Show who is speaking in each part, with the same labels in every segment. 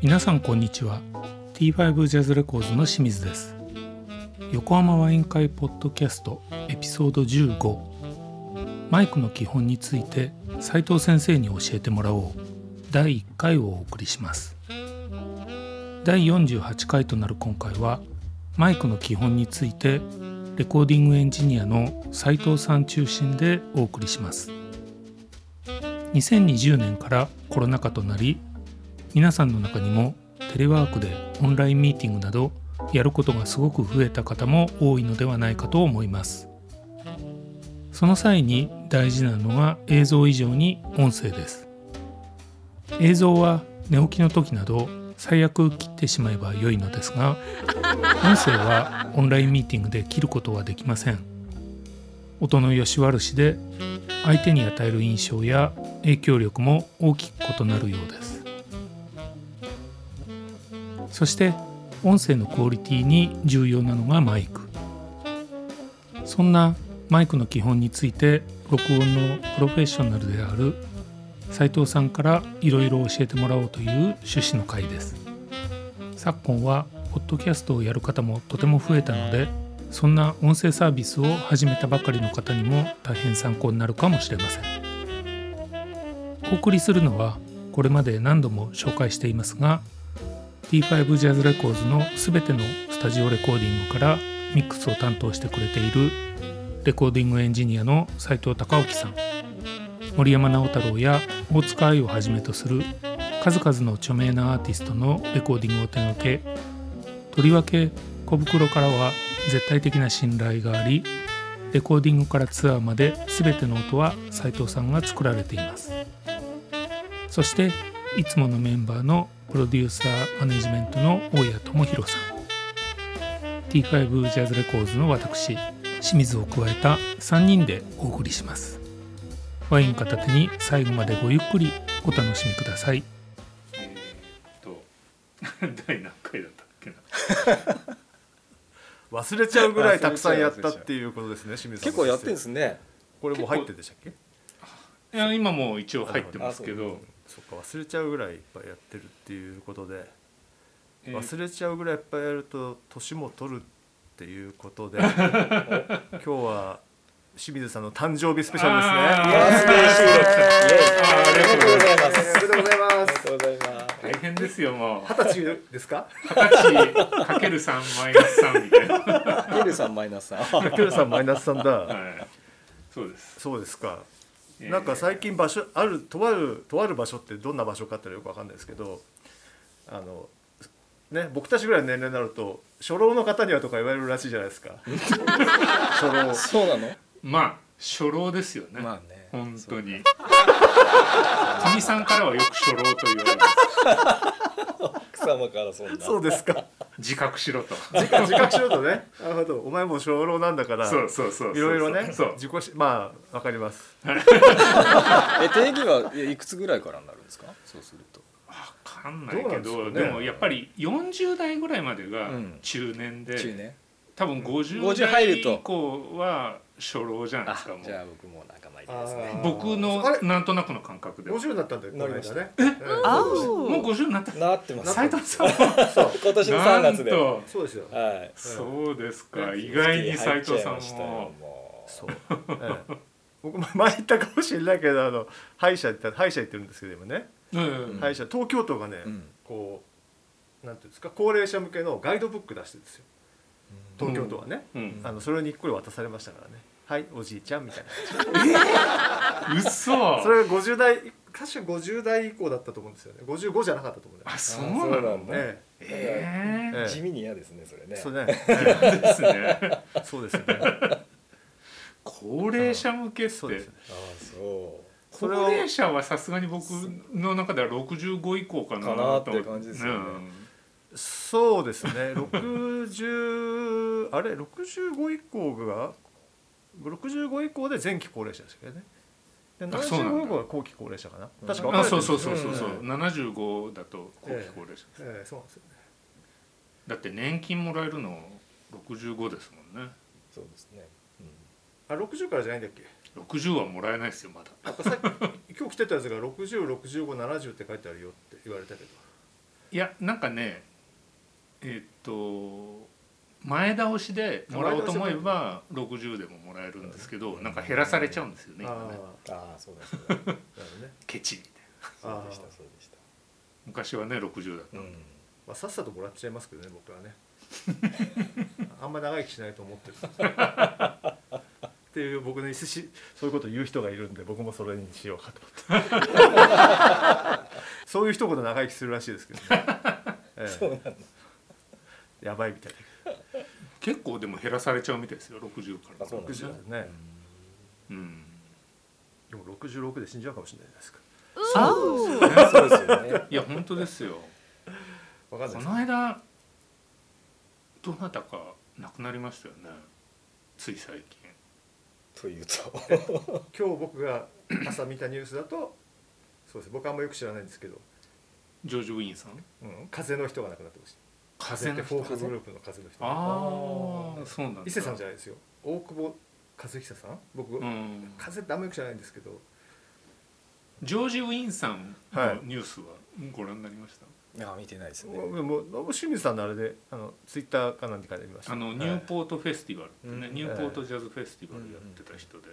Speaker 1: 皆さんこんにちは T5 ジャズレコーズの清水です横浜ワイン会ポッドキャストエピソード15マイクの基本について斉藤先生に教えてもらおう第1回をお送りします第48回となる今回はマイクの基本についてレコーディングエンジニアの斉藤さん中心でお送りします2020年からコロナ禍となり皆さんの中にもテレワークでオンラインミーティングなどやることがすごく増えた方も多いのではないかと思いますその際に大事なのが映像以上に音声です映像は寝起きの時など最悪切ってしまえば良いのですが音声はオンラインミーティングで切ることはできません音の良し悪しで相手に与える印象や影響力も大きく異なるようですそして音声のクオリティに重要なのがマイクそんなマイクの基本について録音のプロフェッショナルである斉藤さんからいろいろ教えてもらおうという趣旨の回です昨今はポッドキャストをやる方もとても増えたのでそんな音声サービスを始めたばかりの方にも大変参考になるかもしれませんお送りするのはこれまで何度も紹介していますが T5 ジャズレコーズのすべてのスタジオレコーディングからミックスを担当してくれているレコーディングエンジニアの斉藤隆之さん森山直太朗や大塚愛をはじめとする数々の著名なアーティストのレコーディングを手掛けとりわけ小袋からは絶対的な信頼がありレコーディングからツアーまで全ての音は斉藤さんが作られていますそしていつものメンバーのプロデューサーマネジメントの大谷智弘さん T5 ジャズレコーズの私清水を加えた3人でお送りしますワイン片手に最後までごゆっくりお楽しみくださいえ ー、っと第何回だったっけな
Speaker 2: 忘れちゃうぐらいたくさんやったっていうことですね清水さん
Speaker 3: 結構やってんですね
Speaker 2: これもう入ってんでしたっけ
Speaker 1: いや今もう一応入ってますけど
Speaker 2: そっか忘れちゃうぐらいいっぱいやってるっていうことで
Speaker 1: えー
Speaker 2: 忘れちゃうぐらいいっぱいやると年も取るっていうことで 今日は清水さんの誕生日スペシャルです
Speaker 1: あ
Speaker 2: ね
Speaker 1: ー
Speaker 3: スペシャル
Speaker 1: ありがとうございます
Speaker 2: おめでとうございま
Speaker 3: ありがとうございま
Speaker 1: 大変ですよもう
Speaker 2: す二十歳です か
Speaker 1: 二十歳かける3マイナス3みたいな、は
Speaker 3: すエルさんマイナスさん
Speaker 2: かけるさんマイナスさんだ
Speaker 1: い、そうです、
Speaker 2: そうですか
Speaker 1: えー
Speaker 2: なんか最近場所あるとあるとある場所ってどんな場所かってよくわかんないですけどあのね僕たちぐらいの年齢になると初老の方にはとか言われるらしいじゃな いですか初老
Speaker 3: そうなの
Speaker 1: まあ初老ですよね、
Speaker 3: まあね
Speaker 1: 本当にかみさんからはよく初老と言われます
Speaker 3: 奥様からそんな
Speaker 2: そうですか
Speaker 1: 自覚しろと
Speaker 2: 自覚しろとねなるほどお前もう初老なんだから
Speaker 1: そうそうそうそう
Speaker 2: いろいろね
Speaker 1: そう
Speaker 2: 自己しまあわかります
Speaker 3: え定義はいくつぐらいからになるんですかそうすると
Speaker 1: わかんないけ
Speaker 2: ど
Speaker 1: ど
Speaker 2: うな
Speaker 1: で,、
Speaker 2: んですかね
Speaker 1: もやっぱり40代ぐらいまでが
Speaker 3: うん
Speaker 1: 中年で、
Speaker 3: 中年
Speaker 1: 多分
Speaker 3: 50
Speaker 1: 50
Speaker 3: 入
Speaker 1: 代
Speaker 3: ると
Speaker 1: 以降は初老じゃない
Speaker 3: あ
Speaker 1: ですかも
Speaker 3: じゃあ
Speaker 1: う
Speaker 3: 僕も仲間入りですね
Speaker 1: 僕の
Speaker 2: あれ
Speaker 1: なんとなくの感覚ではも
Speaker 2: 50になったんだよこの
Speaker 3: なりまし
Speaker 2: 間
Speaker 3: た
Speaker 2: ね
Speaker 4: あ
Speaker 1: う
Speaker 4: お
Speaker 1: 50になった
Speaker 3: なってます
Speaker 1: 斉藤さんは
Speaker 3: 今年の3
Speaker 1: なん
Speaker 3: 月では
Speaker 1: と
Speaker 2: そうですよ
Speaker 3: い
Speaker 1: そうですか意外に斉藤さんも
Speaker 2: そう、ええ僕も前言ったかもしれないけどあの歯医者行った歯医者行ってるんですけど今ね
Speaker 1: うん
Speaker 2: 歯医者東京都がね、
Speaker 3: うん
Speaker 2: こうなんていうんですか高齢者向けのガイドブック出してるんですよ東京都はね、
Speaker 1: うん
Speaker 2: あのそれをにっこり渡されましたからね「はいおじいちゃん」みたいな
Speaker 1: 嘘
Speaker 2: それが50代確か50代以降だったと思うんですよね55じゃなかったと思うんだよ
Speaker 1: あそう
Speaker 3: あそう
Speaker 1: な
Speaker 3: な
Speaker 1: の
Speaker 3: んだ
Speaker 2: え
Speaker 1: え
Speaker 2: えええ
Speaker 3: 地味に嫌ですねそれね
Speaker 2: そう
Speaker 3: ね
Speaker 2: ね、
Speaker 1: えですね
Speaker 2: そうですよね
Speaker 1: 高齢者向けって
Speaker 2: そうですね
Speaker 3: あそ
Speaker 1: 高齢者はさすがに僕の中では65以降かな
Speaker 3: かなって感じですよね
Speaker 2: そうですね60あれ65以降が65以降で前期高齢者ですけどねで
Speaker 4: あそうなんだ
Speaker 2: 75号は後期高齢者かな確か分かれてるん
Speaker 4: あ
Speaker 2: です
Speaker 4: そ
Speaker 2: よ
Speaker 4: うそうそうそうそう、
Speaker 2: ん
Speaker 4: 75だと後期高齢者、
Speaker 2: ええそうなんですよね
Speaker 4: だって年金もらえるの65ですもんね
Speaker 3: そうですね、うん
Speaker 2: あ60からじゃないんだっけ
Speaker 4: 60はもらえないですよまだ
Speaker 2: なんかさっ き今日来てたやつが606570って書いてあるよって言われたけど
Speaker 4: いやなんかねえーっと前倒しでもらおうと思えば60でももらえるんですけどなんか減らされちゃうんですよね今
Speaker 2: ああ
Speaker 4: ね
Speaker 3: ああそうだそうだ
Speaker 2: なるほどね、
Speaker 4: ケチみたいな
Speaker 3: そうでしたそうでした
Speaker 4: 昔はね60だった
Speaker 3: うん
Speaker 2: まあ、さっさともらっちゃいますけどね僕 はねあんま長生きしないと思ってるっていう僕の椅子しそういうこと言う人がいるんで僕もそれにしようかと思 ってそういう人ほど長生きするらしいですけど、ねええ
Speaker 3: そうなんだ
Speaker 2: やばいみたいだけど
Speaker 4: 結構でも減らされちゃうみたいですよ60から
Speaker 3: あそうなんだ
Speaker 2: 60だね、
Speaker 4: うん
Speaker 2: でも66で死んじゃうかもしれないじゃないですか
Speaker 3: そうですよね
Speaker 4: いや本当ですよ
Speaker 2: わかんない
Speaker 4: こ
Speaker 2: です
Speaker 4: の間どなたか亡くなりましたよねつい最近
Speaker 3: というと
Speaker 2: 今日僕が朝見たニュースだとそうです僕あんまよく知らないんですけど、
Speaker 4: ジョージ・ウィンさん
Speaker 2: うん、風の人が亡くなってました
Speaker 4: 風の
Speaker 2: フォー
Speaker 4: 人
Speaker 2: クグループの風の人
Speaker 4: ああそうなんだ
Speaker 2: 伊勢さんじゃないですよ大久保和久さん僕、
Speaker 4: うん
Speaker 2: 風ってあんまよく知らないんですけど
Speaker 4: ジョージ・ウィンさん
Speaker 2: は
Speaker 4: の
Speaker 2: い
Speaker 4: ニュースはご覧になりました、
Speaker 3: あ見て ないですね
Speaker 2: もうもうもう清水さんのあれであのツイッターか何かで見ました
Speaker 4: あのニューポートフェスティバルってね、
Speaker 3: うん
Speaker 4: ニューポートジャズフェスティバルやってた人で、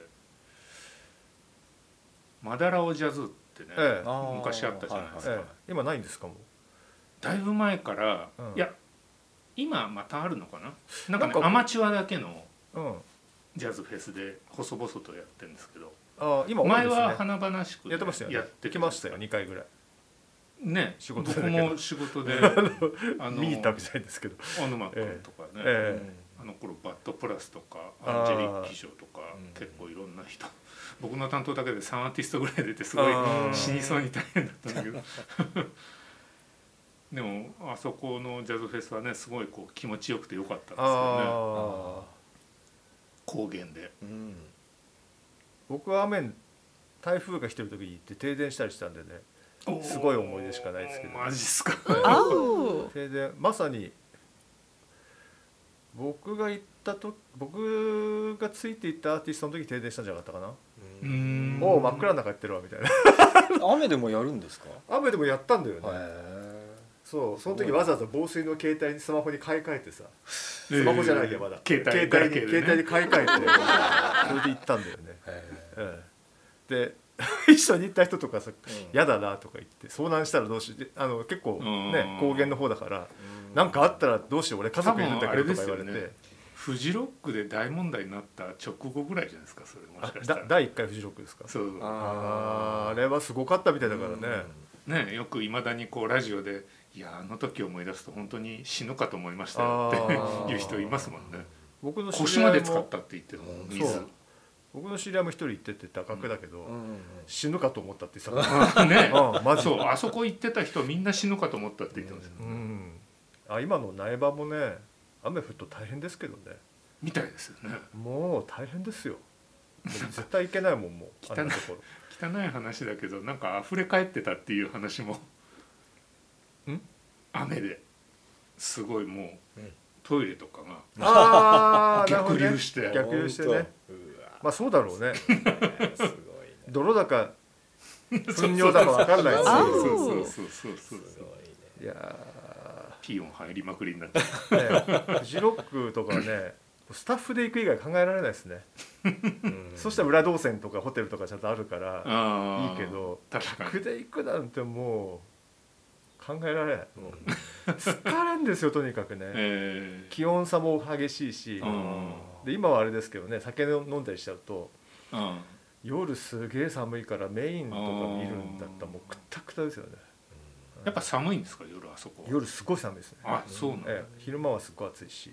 Speaker 4: マダラオジャズってね、
Speaker 2: ええ
Speaker 3: あー
Speaker 4: 昔あったじゃないですか、
Speaker 2: ええ今ないんですかもう
Speaker 4: だいぶ前から、
Speaker 2: うん
Speaker 4: いや今またあるのかななんか,、ね、
Speaker 2: なんか
Speaker 4: アマチュアだけの
Speaker 2: うん
Speaker 4: ジャズフェスで細々とやってるんですけど
Speaker 2: あ今多い
Speaker 4: 前
Speaker 2: ですね
Speaker 4: は華々しくね、
Speaker 2: やってましたよね
Speaker 4: やって
Speaker 2: 来ましたよ2回ぐらい
Speaker 4: ね
Speaker 2: 仕事
Speaker 4: 僕
Speaker 2: だけど
Speaker 4: も仕 事であ
Speaker 2: 見に行ったわけじゃないんですけど
Speaker 4: 小沼君とかね、
Speaker 2: ええ
Speaker 4: あの頃バッドプラスとか
Speaker 2: あ
Speaker 4: ア
Speaker 2: ー
Speaker 4: ンジェリッキ賞とか
Speaker 3: うん
Speaker 4: 結構いろんな人 僕の担当だけで3アーティストぐらい出てすごい
Speaker 2: あー
Speaker 4: 死にそうに大変だったんだけど でもあそこのジャズフェスはねすごいこう気持ちよくてよかったんですよね
Speaker 2: ああ
Speaker 4: 高原で
Speaker 3: うん
Speaker 2: 僕は雨台風が来てる時に行って停電したりしたんでねすごい思い出しかないですけど
Speaker 4: マジっすか
Speaker 2: 停電まさに僕が行ったと僕がついていったアーティストの時停電したんじゃなかったかな、
Speaker 4: う
Speaker 3: う
Speaker 4: ー
Speaker 3: ん
Speaker 4: ん
Speaker 2: おお真っ暗な中やってるわみたいな
Speaker 3: 雨でもやるんですか
Speaker 2: 雨でもやったんだよね、
Speaker 3: え
Speaker 2: そうその
Speaker 3: す
Speaker 2: 時
Speaker 3: ごい
Speaker 2: わざわざ防水の携帯にスマホに買い替えてさ
Speaker 4: え
Speaker 2: ス
Speaker 4: え
Speaker 2: マホじゃないけどまだ、
Speaker 4: 携帯
Speaker 2: 携帯に、
Speaker 4: ガラケーでね
Speaker 2: 携帯に買い替えて それで行ったんだよね、
Speaker 3: え
Speaker 2: ええで 一緒に行った人とかさ「
Speaker 3: や
Speaker 2: 嫌、だな」とか言って遭難したらどうしようであの結構ね
Speaker 4: う
Speaker 2: 高
Speaker 4: ん
Speaker 2: 原の方だからなんかあったらどうしよう俺家族いるんだけどとか言われ
Speaker 4: 多分あれですよ
Speaker 2: て
Speaker 4: ね。フジロックで大問題になった直後ぐらいじゃないですかそれも
Speaker 2: あ
Speaker 4: しかした
Speaker 2: だ
Speaker 4: ら
Speaker 2: 第1回フジロックですか
Speaker 4: そうそう
Speaker 2: あーあれはすごかったみたいだからね、
Speaker 4: ね、よくいまだにこうラジオで「いやあの時思い出すと本当に死ぬかと思いましたよ」
Speaker 2: あ
Speaker 4: っ
Speaker 2: ー
Speaker 4: ていう人いますも んね
Speaker 2: 僕の知
Speaker 4: 腰
Speaker 2: り
Speaker 4: ま
Speaker 2: 合
Speaker 4: で
Speaker 2: い
Speaker 4: 使っ
Speaker 2: も
Speaker 4: たって言っても
Speaker 3: うん
Speaker 4: 水
Speaker 2: そう僕の知り合いも一人行ってて高額だけど、
Speaker 3: うん
Speaker 2: 死ぬかと思ったって言ってたか
Speaker 4: あね
Speaker 2: ら、うん、マジ
Speaker 4: そうあそこ行ってた人みんな死ぬかと思ったって言ってますよ
Speaker 2: う、ん、あ今の苗場もね雨降ると大変ですけどね
Speaker 4: みたいですよね
Speaker 2: もう大変ですよもう絶対行けないもんもう
Speaker 4: 汚
Speaker 2: あ
Speaker 4: い
Speaker 2: んなと ころ
Speaker 4: 汚い話だけどなんか溢れ返ってたっていう話も
Speaker 2: ん
Speaker 4: 雨ですごいもう、
Speaker 3: うん
Speaker 4: トイレとかが
Speaker 2: あーなるほど
Speaker 4: 逆
Speaker 2: ね
Speaker 4: 流して、
Speaker 2: 逆流してね
Speaker 3: うわ
Speaker 2: まあそうだろうね
Speaker 3: すごいね
Speaker 2: 泥だか糞尿だか分かんないですよ
Speaker 4: そう
Speaker 1: あー
Speaker 4: そうそうそうそう
Speaker 3: す
Speaker 4: そう
Speaker 3: ごいね
Speaker 2: いやー
Speaker 4: ピーヨン入りまくりになって
Speaker 2: ね、フジロックとかねスタッフで行く以外考えられないですね、そしたら裏動線とかホテルとかちゃんとあるからい
Speaker 4: い
Speaker 2: いけど
Speaker 4: 確か
Speaker 2: 客で行くなんてもう考えられないもう疲れんですよとにかくね
Speaker 4: え
Speaker 2: 気温差も激しいし
Speaker 4: ーうん
Speaker 2: で今はあれですけどね酒飲んだりしちゃうと
Speaker 4: うん
Speaker 2: 夜すげえ寒いからメインとか見るんだったらもうくたくたですよね
Speaker 4: やっぱ寒いんですか夜あそこは
Speaker 2: 夜すごい寒いですね、
Speaker 4: あそうなんだ
Speaker 2: ええ、昼間はすごい暑いし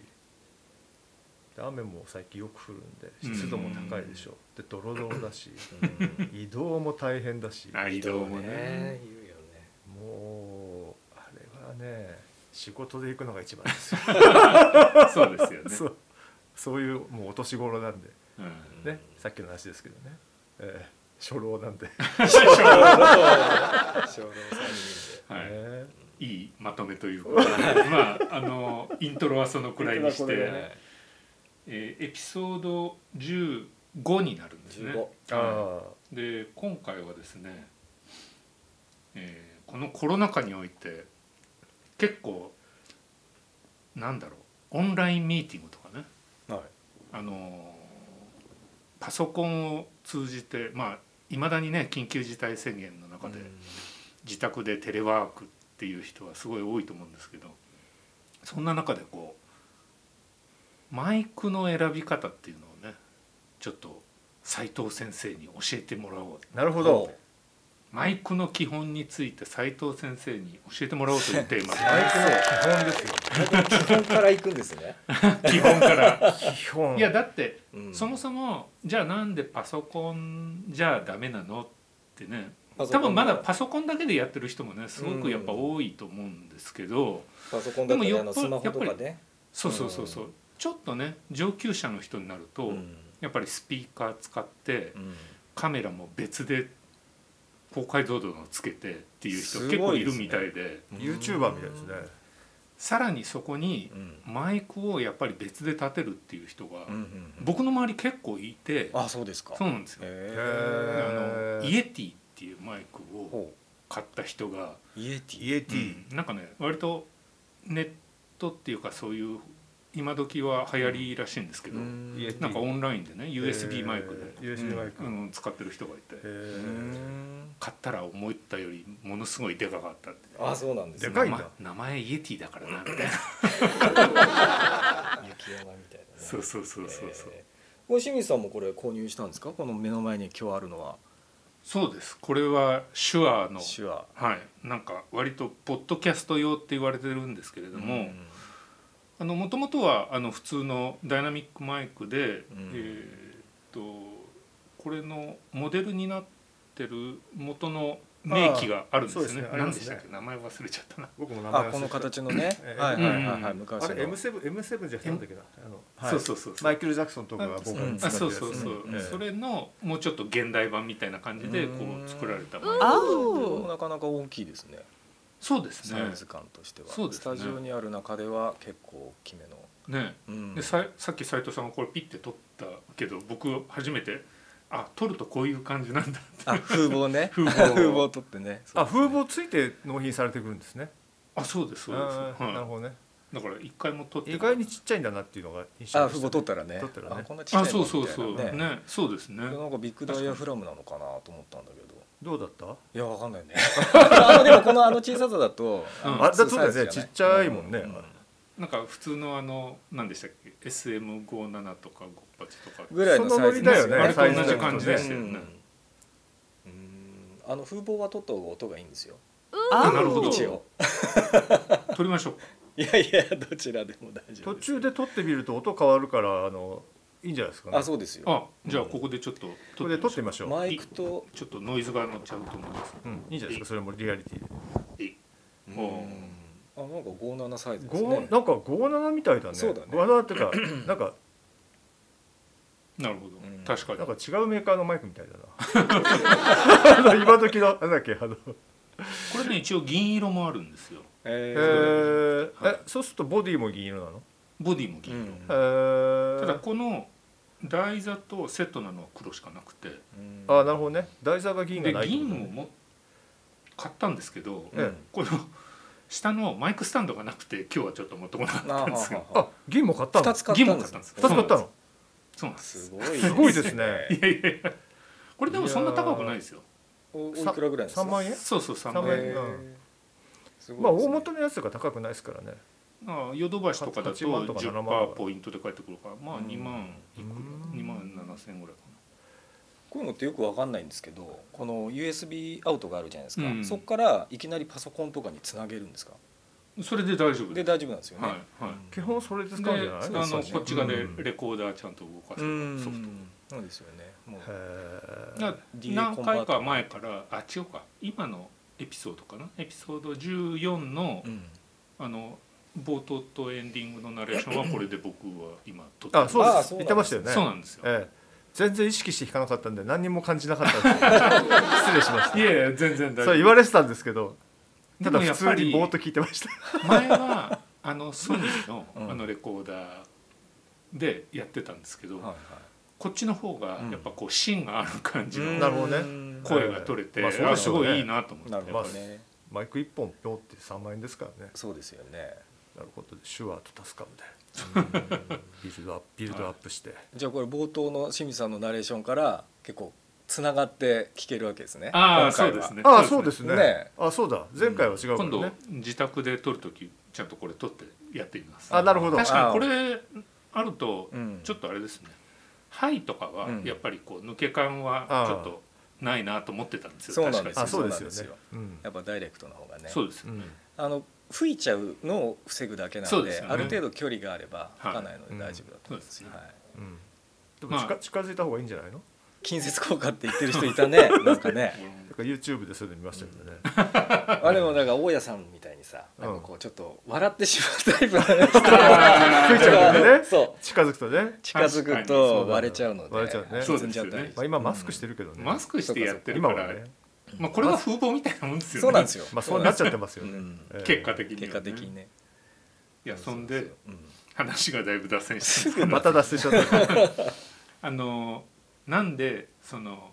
Speaker 2: で雨も最近よく降るんで湿度も高いでしょでドロドロだし
Speaker 3: うん
Speaker 2: 移動も大変だし
Speaker 4: あ移動もね
Speaker 3: 言うよね
Speaker 2: もうあれはね仕事で行くのが一番ですよ、
Speaker 4: そうですよね
Speaker 2: そうそういうもうお年頃なんで
Speaker 4: うん
Speaker 2: ねさっきの話ですけどね、ええ初老なんで、
Speaker 3: 小籠三人で
Speaker 4: はい
Speaker 2: ね
Speaker 4: いいまとめということで まああのイントロはそのくらいにし
Speaker 2: イントロはこれ
Speaker 4: て、
Speaker 2: でね
Speaker 4: えーエピソード15になるんですね
Speaker 3: 15
Speaker 2: あ
Speaker 4: で今回はですね、えーこのコロナ禍において結構なんだろうオンラインミーティングとかね
Speaker 2: あ、はい、
Speaker 4: あのーパソコンを通じてまあいまだにね緊急事態宣言の中で自宅でテレワークっていう人はすごい多いと思うんですけどそんな中でこうマイクの選び方っていうのをねちょっと斉藤先生に教えてもらおう
Speaker 2: なるほど
Speaker 4: マイクの基本について斉藤先生に教えてもらおうというテーマ
Speaker 2: マイクの基本ですよ
Speaker 3: 基本から行くんですね。
Speaker 4: 基本から
Speaker 2: 基本
Speaker 4: いやだって
Speaker 3: うん
Speaker 4: そもそもじゃあなんでパソコンじゃダメなのってね
Speaker 3: パソコ
Speaker 4: 多
Speaker 3: ン
Speaker 4: 分まだパソコンだけでやってる人もねすごくやっぱ多いと思うんですけど、
Speaker 3: パソコンだった
Speaker 4: で
Speaker 3: り
Speaker 4: も
Speaker 3: あのスマホとかね。
Speaker 4: そうそうそうそうちょっとね上級者の人になると、
Speaker 3: うん
Speaker 4: やっぱりスピーカー使って
Speaker 3: うん
Speaker 4: カメラも別で高解像度のつけてっていう
Speaker 5: す
Speaker 4: 人
Speaker 5: ごい
Speaker 4: 結構い
Speaker 5: で
Speaker 4: る
Speaker 5: すね
Speaker 4: みたいで
Speaker 2: YouTuber みたいですね
Speaker 4: さらにそこに
Speaker 3: うん
Speaker 4: マイクをやっぱり別で立てるっていう人が、
Speaker 3: うんうんうん
Speaker 4: 僕の周り結構いて
Speaker 3: あそうですか。
Speaker 4: そうなんですよ。あ
Speaker 3: へ
Speaker 2: へ
Speaker 4: の
Speaker 2: ー
Speaker 4: イエティっていうマイクを
Speaker 3: ほ
Speaker 4: 買った人が、
Speaker 3: うイエティ。
Speaker 2: イエティ、
Speaker 4: うんなんかね割とネットっていうかそういう今時は流行りらしいんですけど、
Speaker 3: うん
Speaker 2: イエティ
Speaker 4: なんかオンラインでね USB マイク
Speaker 2: えー
Speaker 4: で、
Speaker 2: USB マイク、
Speaker 4: う
Speaker 2: へ
Speaker 4: ん、使ってる人がいて
Speaker 3: う
Speaker 2: ー
Speaker 3: ん
Speaker 4: 買ったら思ったよりものすごいでかかったって
Speaker 3: あそうなんです
Speaker 2: で
Speaker 3: ね。
Speaker 2: かいんだ
Speaker 4: 名前名前イエティだからなみたい
Speaker 3: 雪山みたいな
Speaker 4: な
Speaker 3: ね。
Speaker 4: そうそうそうそうそう、
Speaker 3: えーこれ清水さんもこれ購入したんですか？この目の前に今日あるのは
Speaker 4: そうですこれは手話の
Speaker 3: 手話。
Speaker 4: はいなんか割とポッドキャスト用って言われてるんですけれども、
Speaker 3: うん
Speaker 4: あの元々はあの普通のダイナミックマイクで、
Speaker 3: うん
Speaker 4: えーっとこれのモデルになってる元の名機があるんですよ
Speaker 2: そう
Speaker 4: ね
Speaker 2: ですねありま
Speaker 4: 何でし
Speaker 2: す
Speaker 4: た
Speaker 2: ね
Speaker 4: っけ名前忘れちゃったな
Speaker 2: 僕も名前忘
Speaker 3: あ
Speaker 2: れてた
Speaker 3: この形のね
Speaker 2: え。え
Speaker 3: はいはいはいは
Speaker 4: う
Speaker 3: い
Speaker 4: ん
Speaker 3: 昔
Speaker 2: あれ
Speaker 3: の。
Speaker 2: M7 M7 じゃなんだっけなあの、はい
Speaker 4: そうそうそうそう
Speaker 2: マイケル・ジャクソンとかが僕
Speaker 3: うん
Speaker 4: あそうそうそう、
Speaker 3: うんうん
Speaker 4: それのもうちょっと現代版みたいな感じでこ
Speaker 3: うん
Speaker 4: う作られたマイク
Speaker 1: あ
Speaker 3: これも
Speaker 1: お
Speaker 3: なかなか大きいですね。
Speaker 4: そうです
Speaker 3: サ
Speaker 4: ね
Speaker 3: イズ感としては。
Speaker 4: そうですね
Speaker 3: スタジオにある中では結構大きめの。
Speaker 4: ね
Speaker 3: うん
Speaker 4: でささっき斉藤さんがこれピッて撮ったけど僕初めてあ撮るとこういう感じなんだって
Speaker 3: あ風貌ね
Speaker 4: 風貌
Speaker 3: 風貌取ってね
Speaker 2: あ風
Speaker 3: そう
Speaker 2: 貌ついて納品されてくるんですね
Speaker 4: あそうですそうです、
Speaker 2: あーなる
Speaker 4: は
Speaker 2: ほどね
Speaker 4: い、だから一回も撮ってな
Speaker 2: 意
Speaker 4: い
Speaker 2: 外にちっちゃいんだなっていうのが印
Speaker 3: ですね
Speaker 2: 象
Speaker 3: あ
Speaker 2: で
Speaker 3: 風
Speaker 2: した
Speaker 3: 貌取ったらね
Speaker 2: 取ったらね
Speaker 3: あこんなちっちゃい
Speaker 4: あ
Speaker 3: の
Speaker 4: そうそうそう
Speaker 3: みたいな
Speaker 4: ね
Speaker 3: ね
Speaker 4: そうですね
Speaker 3: なんかビッグダイヤフラムなのかなと思ったんだけど
Speaker 2: どうだった
Speaker 3: いやわかんないね あのでもこのあの小ささだと
Speaker 4: うん
Speaker 2: あだそうだ
Speaker 3: 普
Speaker 2: よ
Speaker 3: 通サイ
Speaker 2: ね
Speaker 3: ズじ
Speaker 2: ち
Speaker 3: ゃ
Speaker 2: っちゃ
Speaker 3: ない
Speaker 2: いもんね、
Speaker 3: うん
Speaker 4: なんか普通のあの何でしたっけ SM57 とか58とか
Speaker 3: ぐらいのサイズ
Speaker 2: そんなノ
Speaker 4: リだよね割と同じ感じで
Speaker 3: です
Speaker 4: よね
Speaker 3: うんうんあの風貌は取った方が音がいいんですよ
Speaker 1: あ
Speaker 4: なるほど
Speaker 3: 一応
Speaker 4: 撮りましょう
Speaker 3: いやいやどちらでも大丈夫です
Speaker 2: 途中で撮ってみると音変わるからあのいいんじゃないですかね
Speaker 3: あそうですよ
Speaker 4: あじゃあここでちょっと
Speaker 2: こ
Speaker 4: 撮
Speaker 2: れで
Speaker 4: って
Speaker 2: 撮
Speaker 4: み
Speaker 2: ってみましょう、
Speaker 3: マイクと
Speaker 4: ちょっとノイズが乗っちゃうと思います
Speaker 2: うん、いいんじゃないですかそれもリアリティで
Speaker 4: ん
Speaker 3: あなんか57サイズです
Speaker 2: 五なん
Speaker 3: ね
Speaker 2: か57みたいだね
Speaker 3: そうだね
Speaker 2: 57っていう かなんか
Speaker 4: なるほど、
Speaker 3: うん
Speaker 4: 確か
Speaker 2: なん
Speaker 4: に
Speaker 2: か違うメーカーのマイクみたいだな あの今時のなんだっけあの
Speaker 4: これね一応銀色もあるんですよ
Speaker 3: え
Speaker 2: え
Speaker 3: ー
Speaker 2: ー
Speaker 4: はい
Speaker 2: えそうするとボディも銀色なの、
Speaker 4: ボディも銀
Speaker 3: う
Speaker 4: 色、
Speaker 3: ん
Speaker 2: え
Speaker 4: ただ
Speaker 2: ー、
Speaker 4: この台座とセットなのは黒しかなくて
Speaker 3: うん
Speaker 2: あなるほどね台座が銀が
Speaker 4: で
Speaker 2: ないってこと
Speaker 4: 銀
Speaker 2: ね
Speaker 4: もも買ったんですけど、
Speaker 2: え
Speaker 4: この下のマイクスタンドがなくて今日はちょっと持ってこなかったんですけど
Speaker 2: あ銀も買ったの
Speaker 3: 二つ買ったんですね
Speaker 4: 義
Speaker 2: 二つ買ったの
Speaker 4: そうなんです
Speaker 3: すごいね
Speaker 2: すごいですね
Speaker 4: いやいやいやこれでもそんな高くないですよ
Speaker 3: おおいくらぐらいですか
Speaker 2: 3万円
Speaker 4: そうそう3
Speaker 2: 三万
Speaker 4: 万
Speaker 2: 円
Speaker 4: 円
Speaker 3: へー
Speaker 2: うん
Speaker 3: すごいですね
Speaker 2: まあ大元のやつが高くないですからね
Speaker 4: ああヨドバシとかだと
Speaker 2: 8万とか7
Speaker 4: 10%
Speaker 2: 万
Speaker 4: パーポイントで返ってくるからまあ
Speaker 3: うん
Speaker 4: 2万いくら
Speaker 2: うん
Speaker 4: 2万7千円ぐらいか
Speaker 3: こういうのってよくわかんないんですけどこの USB アウトがあるじゃないですか、
Speaker 4: うん
Speaker 3: そこからいきなりパソコンとかにつなげるんですか
Speaker 4: なそれで大丈夫
Speaker 3: で
Speaker 4: で
Speaker 3: 大丈夫なんですよね、
Speaker 4: はいはい
Speaker 2: 基本それで使う
Speaker 4: す
Speaker 2: ん
Speaker 4: で
Speaker 2: じゃ
Speaker 4: あ
Speaker 2: ない
Speaker 4: の
Speaker 3: そうですね
Speaker 4: こっち側で
Speaker 2: うん
Speaker 4: レコーダーちゃんと動かせ
Speaker 3: う
Speaker 4: る
Speaker 3: ん
Speaker 4: ソフト
Speaker 3: そうですよねもう
Speaker 2: へー
Speaker 4: だから
Speaker 3: DA
Speaker 4: 何
Speaker 3: コンバ
Speaker 4: 回
Speaker 3: ータ
Speaker 4: か
Speaker 3: ー
Speaker 4: 前からあ違うか今のエピソードかなエピソード14の
Speaker 3: うん
Speaker 4: あの冒頭とエンディングのナレーションはこれで僕は今撮って
Speaker 2: あそう
Speaker 3: あ
Speaker 2: で
Speaker 3: あ
Speaker 2: す
Speaker 3: そう
Speaker 2: 言
Speaker 3: な
Speaker 2: ってま
Speaker 3: んです
Speaker 2: したよね
Speaker 4: そうなんですよ
Speaker 2: ええ全然意識して弾かなかったんで何にも感じなかったんです よ失礼しました
Speaker 4: いやいや全然大
Speaker 2: それ
Speaker 4: 丈
Speaker 2: 言われてたんですけどた
Speaker 4: 夫
Speaker 2: だ普通にぼーっと聞いてました
Speaker 4: 前はあのソニーの
Speaker 6: うん
Speaker 4: あのレコーダーでやってたんですけど、
Speaker 6: はいはい
Speaker 4: こっちの方がやっぱこう芯がある感じ
Speaker 6: うん
Speaker 2: な
Speaker 4: の
Speaker 2: るほどね
Speaker 6: うん
Speaker 4: 声が取れて、
Speaker 2: まあそうでしょうね
Speaker 4: あすごいいいなと思って
Speaker 6: なる
Speaker 2: ま
Speaker 6: ほ
Speaker 2: あ
Speaker 6: どね。
Speaker 2: マイク一本ぴょんって3万円ですからね
Speaker 3: そうですよね
Speaker 2: なるほどシュワーとタスカムでビルドアップビルドアップして、
Speaker 3: じゃあこれ冒頭の清水さんのナレーションから結構つながって聞けるわけですね
Speaker 4: ああ
Speaker 3: 今
Speaker 4: そ
Speaker 3: 回
Speaker 4: う
Speaker 3: は
Speaker 4: ですね
Speaker 2: ああそうですね
Speaker 3: ねえ
Speaker 2: あそうだ前回は違うからね、
Speaker 4: 今度自宅で撮るときちゃんとこれ撮ってやってみます
Speaker 2: あなるほど
Speaker 4: 確かにこれあると
Speaker 3: うん
Speaker 4: ちょっとあれですね「はい」とかは
Speaker 3: うん
Speaker 4: やっぱりこう抜け感はちょっとないなと思ってたんですよ
Speaker 3: そうなんで
Speaker 4: 確かに
Speaker 3: す
Speaker 2: あそうで
Speaker 3: そうなんですす
Speaker 2: よね
Speaker 3: よやっぱダイレクトな方がね
Speaker 4: そうです
Speaker 2: う
Speaker 4: よ
Speaker 2: ん
Speaker 4: ね、
Speaker 3: あの吹いちゃうのを防ぐだけな
Speaker 4: そ
Speaker 3: の
Speaker 4: うで
Speaker 3: です
Speaker 4: よね
Speaker 3: ある程度距離があれば
Speaker 4: は
Speaker 3: 吹
Speaker 4: い
Speaker 3: かないので大丈夫だと思います,、
Speaker 4: う
Speaker 3: は
Speaker 4: んそうですね
Speaker 3: い
Speaker 2: うん、うんでも近,、
Speaker 4: まあ
Speaker 2: 近づいた方がいいんじゃないの
Speaker 3: 近接効果って言ってる人いたねなんかね
Speaker 4: うん
Speaker 2: だから YouTube でそういうの見ましたけどね、
Speaker 3: あれもなんか大家さんみたいにさ
Speaker 2: うん
Speaker 3: なんかこうちょっと笑ってしまうタイプの 人
Speaker 2: 吹いちゃうんだよ ね
Speaker 3: そう
Speaker 2: 近づくとね、
Speaker 3: 近づくと割れちゃうので
Speaker 2: 割れちゃうね
Speaker 3: 沈んじゃったり
Speaker 4: そ
Speaker 2: まあ、今マスクしてるけどね、
Speaker 4: マスクしてやってるか
Speaker 2: 今
Speaker 4: ら
Speaker 2: はね、
Speaker 4: まあ、これが風貌みたいなもんですよね
Speaker 3: そうなんですよ
Speaker 2: まあ、そうなっちゃってますよね、
Speaker 3: うん
Speaker 2: ええ
Speaker 4: 結果的にはね
Speaker 3: 結果的にね
Speaker 4: いやそんで
Speaker 3: うん
Speaker 4: 話がだいぶ脱線してるんですけど
Speaker 2: また脱線しちゃった
Speaker 4: あのなんでその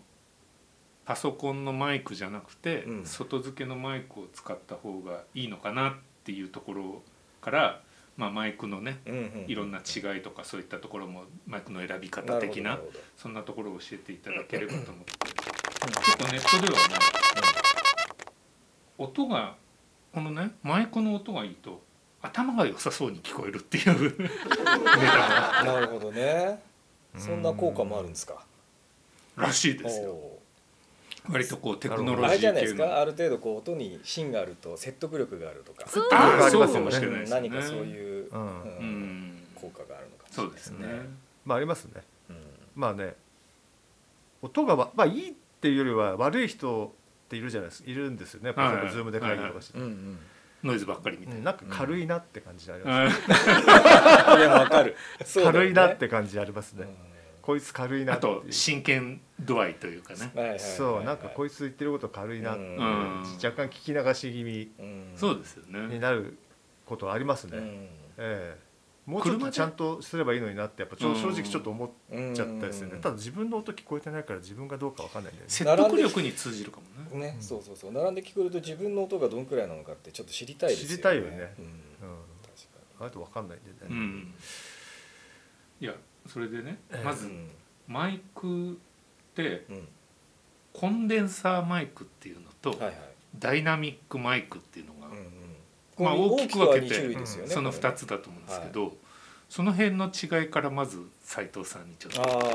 Speaker 4: パソコンのマイクじゃなくて、
Speaker 3: うん
Speaker 4: 外付けのマイクを使った方がいいのかなっていうところから、まあ、マイクのね
Speaker 3: うんうん
Speaker 4: いろんな違いとかそういったところもマイクの選び方的な
Speaker 3: るほどる
Speaker 4: そんなところを教えていただければと思って結構ネットではね、音がこのねマイクの音がいいと頭が良さそうに聞こえるっていうネタ
Speaker 3: ほどなるほどね
Speaker 2: うん
Speaker 3: そんな効果もあるんですから
Speaker 4: しいですよ
Speaker 3: お
Speaker 4: 割とこうテク
Speaker 3: ー
Speaker 4: ノロ
Speaker 3: あ
Speaker 4: ジ
Speaker 3: れじゃ
Speaker 4: ー
Speaker 3: ない
Speaker 4: 系
Speaker 3: です
Speaker 4: の
Speaker 3: かある程度こう音に芯があると説得力があるとか
Speaker 7: そう
Speaker 4: あ
Speaker 2: あ
Speaker 4: あ
Speaker 2: り
Speaker 4: そ
Speaker 2: ま
Speaker 4: う
Speaker 2: す
Speaker 4: か
Speaker 2: よ
Speaker 4: もし
Speaker 2: ね
Speaker 4: れないですね。
Speaker 3: 何かそういう
Speaker 2: う
Speaker 3: うんん
Speaker 4: ん
Speaker 3: 効果があるのかもしれ
Speaker 4: そ
Speaker 3: な
Speaker 4: う
Speaker 3: い
Speaker 4: で
Speaker 3: ですす
Speaker 4: ね
Speaker 3: ね。
Speaker 2: まあありますね
Speaker 3: うん
Speaker 2: まあね音がわまあいいっていうよりは悪い人っているじゃないですかいるんですよね
Speaker 4: はいはい
Speaker 2: 例えばズームで会議とかして、
Speaker 3: うんうん
Speaker 4: ノイズばっかりみたい
Speaker 2: うんなんか軽いなって感じあります、
Speaker 4: な。
Speaker 3: いやわかる そうだよね
Speaker 2: 軽いなって感じありますね、
Speaker 3: う
Speaker 2: こいつ軽いな
Speaker 4: あ
Speaker 2: っていう
Speaker 4: と真剣度合いというかね。
Speaker 3: んはいはいはいはい
Speaker 2: そうなんかこいつ言ってること軽いなっていう、
Speaker 3: うん
Speaker 2: 若干聞き流し気味
Speaker 3: うん
Speaker 4: そうですよ
Speaker 2: に
Speaker 4: ね。
Speaker 2: なることありますね、
Speaker 3: う
Speaker 2: ええもうちょっ
Speaker 4: 車
Speaker 2: と
Speaker 4: で
Speaker 2: ちゃんとすればいいのになってやっぱちょ
Speaker 4: うん
Speaker 2: 正直ちょっと思っ
Speaker 3: ん
Speaker 2: ちゃったですよね、
Speaker 3: うん
Speaker 2: ただ自分の音聞こえてないから自分がどうかわかんないんだよね
Speaker 4: 説得力に通じるかもね。
Speaker 3: ねそうそうそう並んで聞くと自分の音がどんくらいなのかってちょっと知りたいですよね
Speaker 2: 知りたいよね
Speaker 3: うん
Speaker 2: うん
Speaker 3: 確か
Speaker 2: あれとわかんないんでね、
Speaker 4: うん。いやそれでね
Speaker 2: ええ
Speaker 4: ま
Speaker 3: に
Speaker 4: ずマイクって
Speaker 3: うん
Speaker 4: コンデンサーマイクっていうの
Speaker 3: う
Speaker 4: と
Speaker 3: んはいはい
Speaker 4: ダイナミックマイクっていうの
Speaker 3: うんうん
Speaker 4: まあ大きく分け
Speaker 3: 大は二
Speaker 4: て
Speaker 3: 種類ですよ
Speaker 4: が
Speaker 3: ね
Speaker 4: その2つだと思うんですけど。その辺の違いからまず斉藤さんにちょっ
Speaker 3: あ
Speaker 4: と
Speaker 3: あ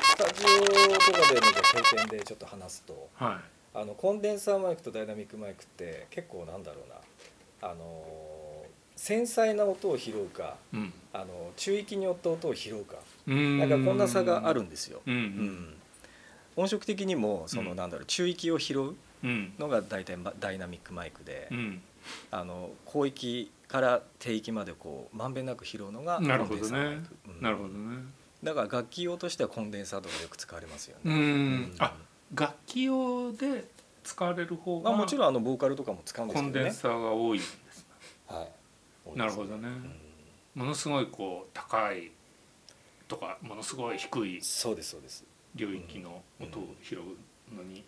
Speaker 3: スタジオとかでのじゃあ経験でちょっと話すと
Speaker 4: は
Speaker 3: あのコンデンサーマイクとダイナミックマイクって結構なんだろうなあのー繊細な音を拾うか
Speaker 4: い。うん
Speaker 3: あの中域によった音を拾うか
Speaker 4: うーん。
Speaker 3: なんかこんな差があるんですよ、
Speaker 4: うんう
Speaker 3: うん
Speaker 4: ん
Speaker 3: 音色的にもそうの
Speaker 4: ん
Speaker 3: なんだろう中域を拾う
Speaker 4: うん
Speaker 3: のが大体まダイナミックマイクで、
Speaker 4: うん。
Speaker 3: あの広域から低域までこうまんべんなく拾うのが
Speaker 4: なるほ
Speaker 3: コン
Speaker 4: ど
Speaker 3: デンサーマイ
Speaker 4: ね
Speaker 3: ク。うん
Speaker 4: なるほどね。
Speaker 3: だから楽器用としてはコンデンサーとかよく使われますよ
Speaker 4: う
Speaker 3: ね、
Speaker 4: ん。あ、楽器用で使われる方
Speaker 3: ま
Speaker 4: が
Speaker 3: あ、もちろんあのボーカルとかも使うんで
Speaker 4: コ
Speaker 3: すけ
Speaker 4: ン
Speaker 3: ど
Speaker 4: デン
Speaker 3: ね
Speaker 4: サーが多いんです
Speaker 3: はい多いですね
Speaker 4: なるほどね
Speaker 3: うん
Speaker 4: ものすごいこう高いとかものすごい低い
Speaker 3: そうですそうです
Speaker 4: 領域の音を拾うのに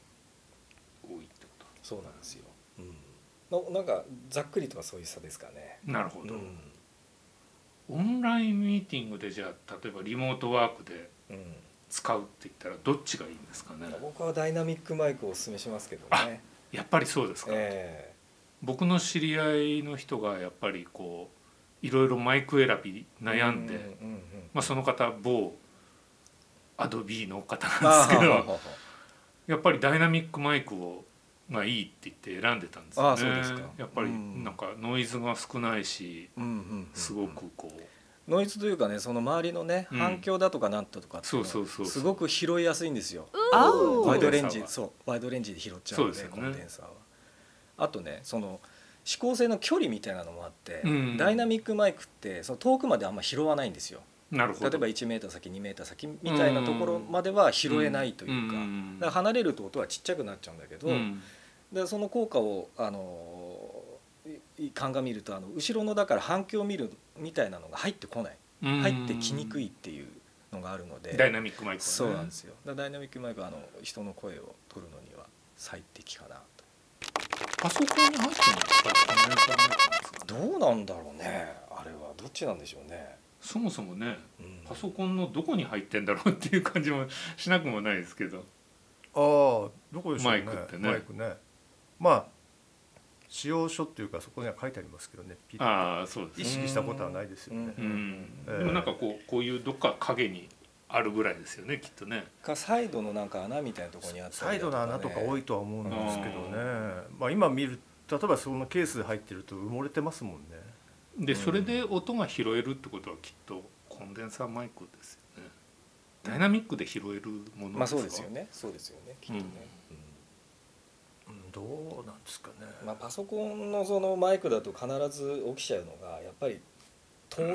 Speaker 4: 多いってこ
Speaker 3: そうなんですよ、うん、ななんかざっくりとはそういう差ですかね
Speaker 4: となるほ
Speaker 3: う
Speaker 4: ど、
Speaker 3: ん
Speaker 4: オンラインミーティングでじゃあ例えばリモートワークで
Speaker 3: うん
Speaker 4: 使うって言ったらどっちがいいんですかね
Speaker 3: 僕はダイナミックマイクをお勧めしますけどね。
Speaker 4: やっぱりそうですか、
Speaker 3: え
Speaker 4: 僕の知り合いの人がやっぱりこういろいろマイク選び
Speaker 3: え
Speaker 4: 悩 んで、
Speaker 3: ううんうん
Speaker 4: まあ、その方某アドビーの方なん
Speaker 3: あ
Speaker 4: ですけ
Speaker 3: はは
Speaker 4: ど
Speaker 3: は
Speaker 4: やっぱりダイナミックマイクをがいいって言って選んでたんですよね
Speaker 3: あそうですか
Speaker 4: やっぱり
Speaker 3: うん
Speaker 4: なんかノイズが少ないし
Speaker 3: うんうんうん
Speaker 4: すごくこう、
Speaker 3: ノイズというかねその周りのね、
Speaker 4: うん
Speaker 3: 反響だとかなんとかっていの
Speaker 4: そうそうそうそう
Speaker 3: すごく拾いやすいんですよ
Speaker 4: おー
Speaker 3: ワイドレンジ
Speaker 4: コンデンサーは
Speaker 3: そうワイドレンジで拾っちゃうので
Speaker 4: そうですよね
Speaker 3: コンデンサーはあとねその指向性の距離みたいなのもあって、
Speaker 4: うん
Speaker 3: ダイナミックマイクってその遠くまであんま拾わないんですよ
Speaker 4: なるほ
Speaker 3: 例
Speaker 4: ど
Speaker 3: えば1メーター先2メーター先みたいなところまでは拾えないというか,、
Speaker 4: ん
Speaker 3: だから離れると音はちっちゃくなっちゃうんだけど、
Speaker 4: うん
Speaker 3: でその効果をあのいい鑑みるとあの後ろのだから反響を見るみたいなのが入ってこない
Speaker 4: うん
Speaker 3: 入ってきにくいっていうのがあるので、
Speaker 4: ダイナミックマイクはね
Speaker 3: そうなんですよだからダイナミックマイクはあの人の声を取るのには最適かなと
Speaker 4: パソコンに入ってるのやっぱりコンデンサーマイクなんですかね
Speaker 3: どうなんだろうねあれはどっちなんでしょうね、
Speaker 4: そもそもね
Speaker 3: うん
Speaker 4: パソコンのどこに入ってんだろうっていう感じもしなくもないですけど
Speaker 2: ああどこでしょうね
Speaker 4: マイクってね
Speaker 2: マイクねまあ使用書っていうかそこには書いてありますけどねピッ
Speaker 4: ああそうです
Speaker 2: 意
Speaker 4: ね
Speaker 2: 識したことはないですよね
Speaker 4: う
Speaker 3: うん
Speaker 2: ええ
Speaker 4: でもなんかこうこういうどっか影にあるぐらいですよねきっとね
Speaker 3: かサイドのなんか穴みたいなところにあった
Speaker 2: サ
Speaker 3: り
Speaker 2: イ
Speaker 3: だ
Speaker 2: ド
Speaker 3: と
Speaker 2: の
Speaker 3: か、ね、
Speaker 2: 穴とか多いとは思うんですけど
Speaker 4: う
Speaker 2: ねまあ今見る例えばそのケースで入ってると埋もれてますもんね
Speaker 4: でそれで音が拾えるってことはきっとコンデンサーマイクですよねダイナミックで拾えるもの
Speaker 3: まあ
Speaker 4: か
Speaker 3: そうですよねそうですよねきっとね、
Speaker 2: うんどうなんですかね
Speaker 3: うんまあ、パソコンのそのマイクだと必ず起きちゃうのがやっぱり遠い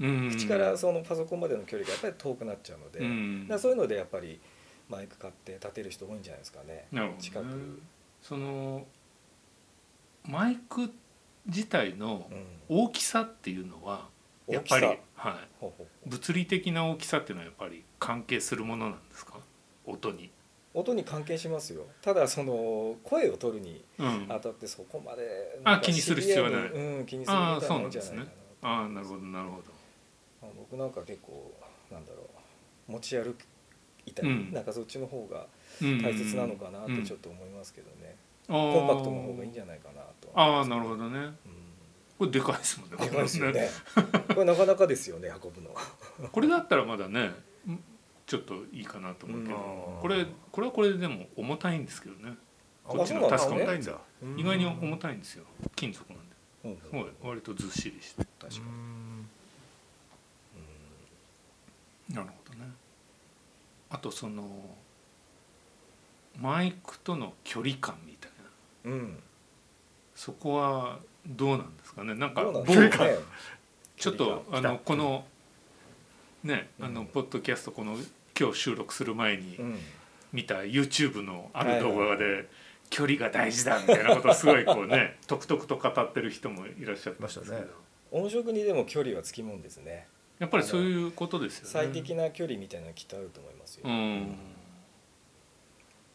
Speaker 4: うん
Speaker 3: 口からそのパソコンまでの距離がやっぱり遠くなっちゃうので、
Speaker 4: う
Speaker 3: だ
Speaker 4: ん
Speaker 3: からそういうのでやっぱりマイク買って立てる人多いんじゃないですかね。
Speaker 4: なるほどね
Speaker 3: 近く
Speaker 4: そのマイク自体の
Speaker 3: うん、
Speaker 4: 大きさっていうのはやっぱり、
Speaker 3: 大きさ
Speaker 4: は
Speaker 3: ほうほう
Speaker 4: い、物理的な大きさっていうのはやっぱり関係するものなんですか音に、
Speaker 3: 音に関係しますよただその声を取るに
Speaker 4: うん、
Speaker 3: 当
Speaker 4: あ
Speaker 3: たってそこまで
Speaker 4: あ
Speaker 3: なんか
Speaker 4: 気にする必要はな
Speaker 3: シ
Speaker 4: い
Speaker 3: ビアにうん、気にすることは
Speaker 4: あーそう
Speaker 3: な
Speaker 4: ないん
Speaker 3: んじゃ
Speaker 4: で
Speaker 3: な
Speaker 4: す
Speaker 3: いか
Speaker 4: ね
Speaker 3: な
Speaker 4: あなるほどなるほど
Speaker 3: まあ僕なんか結構なんだろう持ち歩いたり、
Speaker 4: うん
Speaker 3: なんかそっちの方が
Speaker 4: うん
Speaker 3: 大切なのかなってちょっ
Speaker 4: と
Speaker 3: と思いますけどね、
Speaker 4: コ
Speaker 3: コンパクトの方がいいんじ
Speaker 4: ゃ
Speaker 3: ゃないかなと
Speaker 4: ああなるほどね
Speaker 3: うん
Speaker 4: これでかいですもんね
Speaker 3: でかいですよね これなかなかですよね運ぶの
Speaker 4: これだったらまだねんちょっといいかなと思うけど、
Speaker 2: うん
Speaker 4: これこれはこれででも重たいんですけどね、
Speaker 2: あ
Speaker 4: こっちのタスクも
Speaker 2: 重たいんだ
Speaker 4: 意外に重たいんですよ金属なんで
Speaker 3: うん
Speaker 4: すごい割とずっしりして
Speaker 3: 確かに
Speaker 2: うん
Speaker 4: なるほどねあとそのマイクとの距離感みたいな
Speaker 3: うん、うん
Speaker 4: そこはどうなんですかねなんか
Speaker 3: どうなん
Speaker 4: 某
Speaker 3: でしょうね
Speaker 4: ちょっとあ
Speaker 2: 感
Speaker 4: のこのねあ
Speaker 3: う
Speaker 4: の
Speaker 3: ん
Speaker 4: ポッドキャストこの今日収録する前に
Speaker 3: うん
Speaker 4: 見た YouTube のあ
Speaker 3: は
Speaker 4: る
Speaker 3: いはい
Speaker 4: 動画で距離が大事だみたいなことをすごいこ うねとくとくと語ってる人もいらっしゃったんですけど
Speaker 2: いましたね
Speaker 3: 音色にでも距離はつきもんですね
Speaker 4: やっぱりそういうことですよね。
Speaker 3: 最適な距離みたいなのきっとあると思いますよ、
Speaker 4: うん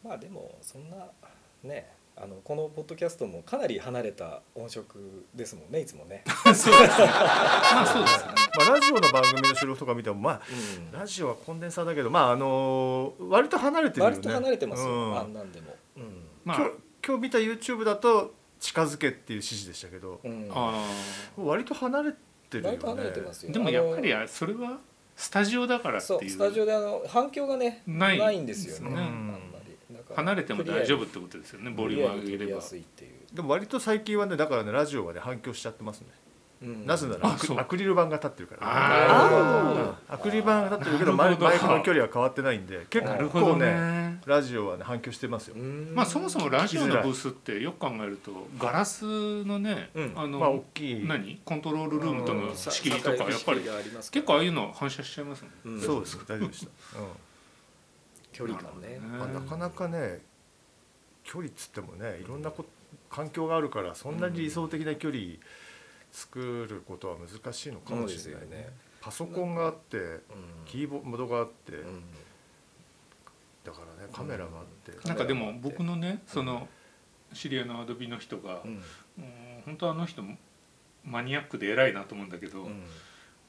Speaker 3: まあでもそんなねあのこのポッドキャストもかなり離れた音色ですもんねいつもね、
Speaker 4: そうですね。まあそうですね。
Speaker 2: まあラジオの番組の収録とか見てもまあ
Speaker 3: うん、
Speaker 2: ラジオはコンデンサーだけどまああの割と離れてるよね
Speaker 3: 割と離れてますよ、
Speaker 2: うん
Speaker 3: あんなんでも、う
Speaker 4: まあ
Speaker 2: 今日今日見た YouTube だと近づけっていう指示でしたけど
Speaker 3: んうん、
Speaker 4: あ
Speaker 2: 割と離れてるよね
Speaker 3: 割と離れてますよ
Speaker 4: ーでもやっぱり
Speaker 3: あ
Speaker 4: あそれはスタジオだから
Speaker 3: の
Speaker 4: って
Speaker 3: そう
Speaker 4: いう
Speaker 3: スタジオであの反響がね
Speaker 4: な
Speaker 3: ないいんですよね
Speaker 4: ですね
Speaker 3: あんまりだから
Speaker 4: 離れても大丈夫ってことですよね。ボリューム上げ
Speaker 3: 取り
Speaker 4: れ
Speaker 3: や
Speaker 4: ば。
Speaker 3: すいっていう、
Speaker 2: でも割と最近はねだからねラジオはね反響しちゃってますね、
Speaker 3: うん
Speaker 2: なぜならアク
Speaker 4: あそう
Speaker 2: アクリル板が立ってるから、
Speaker 4: あ
Speaker 2: アクリル板が立ってるけど
Speaker 4: な
Speaker 2: マ
Speaker 4: る
Speaker 2: イ
Speaker 4: ほど
Speaker 2: マイクの距離は変わってないんで
Speaker 4: あ。
Speaker 2: 結
Speaker 4: なるほ
Speaker 2: 構
Speaker 4: ど
Speaker 2: ね
Speaker 4: ね。
Speaker 2: ラジオはね反響してますよ、
Speaker 3: うん
Speaker 4: まあそもそもラジオのブースってよく考えるとガラスのね、
Speaker 3: うん
Speaker 4: あの、
Speaker 2: まあ大きい
Speaker 4: 何コントロールルームと
Speaker 3: う
Speaker 4: の
Speaker 3: んさ
Speaker 4: 仕切りとかやっ
Speaker 3: 境目
Speaker 4: ぱ
Speaker 3: 仕
Speaker 4: り
Speaker 3: 切がありますから
Speaker 4: 結構ああいうの反射しちゃいますね。
Speaker 3: うん
Speaker 2: そうですか大丈夫でした、
Speaker 3: 距離感ね
Speaker 4: なる
Speaker 2: うん
Speaker 4: ほ
Speaker 2: ま
Speaker 4: ど
Speaker 2: あ、なかなかね距離っつってもねいろんなこ環境があるからそんなに理想的な距離作ることは難しいのかもしれない
Speaker 3: そうですよ
Speaker 2: ね
Speaker 3: ね
Speaker 2: パソコンがあって
Speaker 3: うん
Speaker 2: キーボードがあって、
Speaker 3: うん
Speaker 2: だからねカメラがあって、
Speaker 4: なんかでも僕のねその知り合いのアドビの人が、
Speaker 3: うん
Speaker 4: うん本当あの人マニアックで偉いなと思うんだけど、
Speaker 3: うん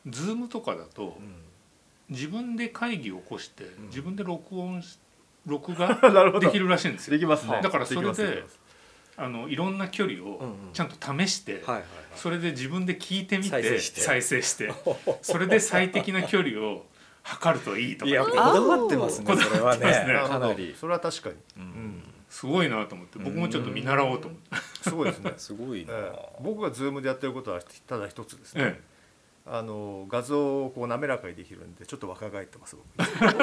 Speaker 4: ズームとかだと自分で会議を起こして、
Speaker 3: ん
Speaker 4: 自分で録音し 録画
Speaker 2: なるほど
Speaker 4: できるらしいんですよ。
Speaker 2: できますね
Speaker 4: だからそれで
Speaker 2: きますきます
Speaker 4: あのいろんな距離
Speaker 3: う
Speaker 4: を
Speaker 3: んうん
Speaker 4: ちゃんと試して、
Speaker 3: はいはいはい
Speaker 4: それで自分で聞いてみて再
Speaker 3: 再
Speaker 4: 生
Speaker 3: 生
Speaker 4: し
Speaker 3: してて
Speaker 4: それで最適な距離を測るといいと
Speaker 3: いや
Speaker 4: か
Speaker 3: こだわってますねそれはね
Speaker 2: なるほ
Speaker 3: か
Speaker 2: ど
Speaker 3: なり
Speaker 2: それは確かに、う
Speaker 3: うん、
Speaker 2: ん
Speaker 4: すごいなと思って僕もちょっと見習おうと思って、
Speaker 2: すごいですね
Speaker 3: すごい
Speaker 2: ええ僕がズームでやってることはただ一つですね、
Speaker 4: え
Speaker 2: あの画像をこう滑らかにできるんでちょっと若返ってます僕
Speaker 1: 何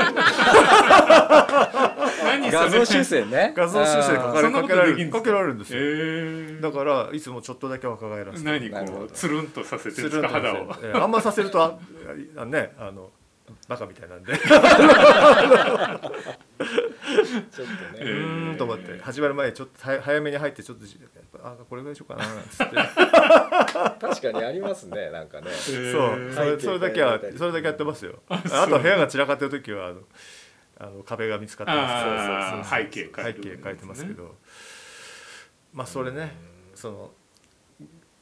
Speaker 3: 画像 修正ね
Speaker 2: 画像修正かか
Speaker 1: そ
Speaker 2: る
Speaker 1: んな
Speaker 2: か
Speaker 1: こ
Speaker 2: け
Speaker 1: と
Speaker 2: ら
Speaker 1: で
Speaker 2: れ
Speaker 1: きんで
Speaker 2: る
Speaker 1: すか
Speaker 2: かけられるんですよ、
Speaker 1: え
Speaker 2: だからいつもちょっとだけ若返らせて
Speaker 1: 何
Speaker 3: なるほ
Speaker 1: こ
Speaker 3: ど
Speaker 1: うつるんとさせて
Speaker 2: つ
Speaker 1: るんで
Speaker 2: るん
Speaker 1: す
Speaker 2: と
Speaker 1: か
Speaker 2: ね
Speaker 1: 肌を
Speaker 2: ええあんまさせるとああねあのバカみたいな んでう
Speaker 3: ちょっと
Speaker 1: え
Speaker 3: ね
Speaker 2: ーんと思って始まる前にちょっと早早めに入ってちょっとじやっぱあこれぐらいにしようかななんつって
Speaker 3: 確かにありますねなん かね
Speaker 1: えー
Speaker 2: そうそれそれだけはそれだけやってますよあと部屋が散らかってる時はあのあの壁が見つかってます
Speaker 1: あー
Speaker 2: そうそうそう
Speaker 1: 背景
Speaker 2: 背
Speaker 1: 変える
Speaker 2: 景変えてますけどまあそれねその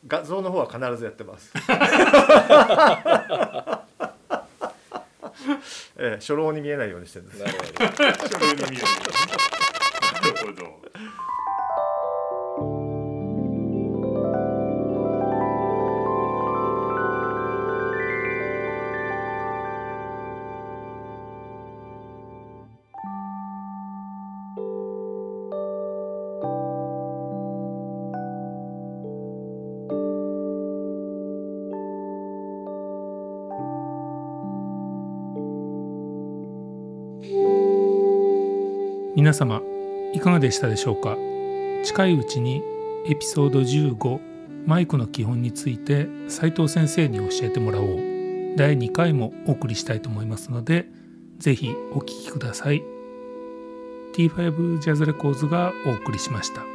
Speaker 2: 画像の方は必ずやって ます。ええ、初老に見えないようにしてるんです。
Speaker 3: なるほど
Speaker 1: 書類に見えるなるほど皆様いかがでしたでしょうか近いうちにエピソード15マイクの基本について斉藤先生に教えてもらおう第2回もお送りしたいと思いますのでぜひお聴きください T5 ジャズレコーズがお送りしました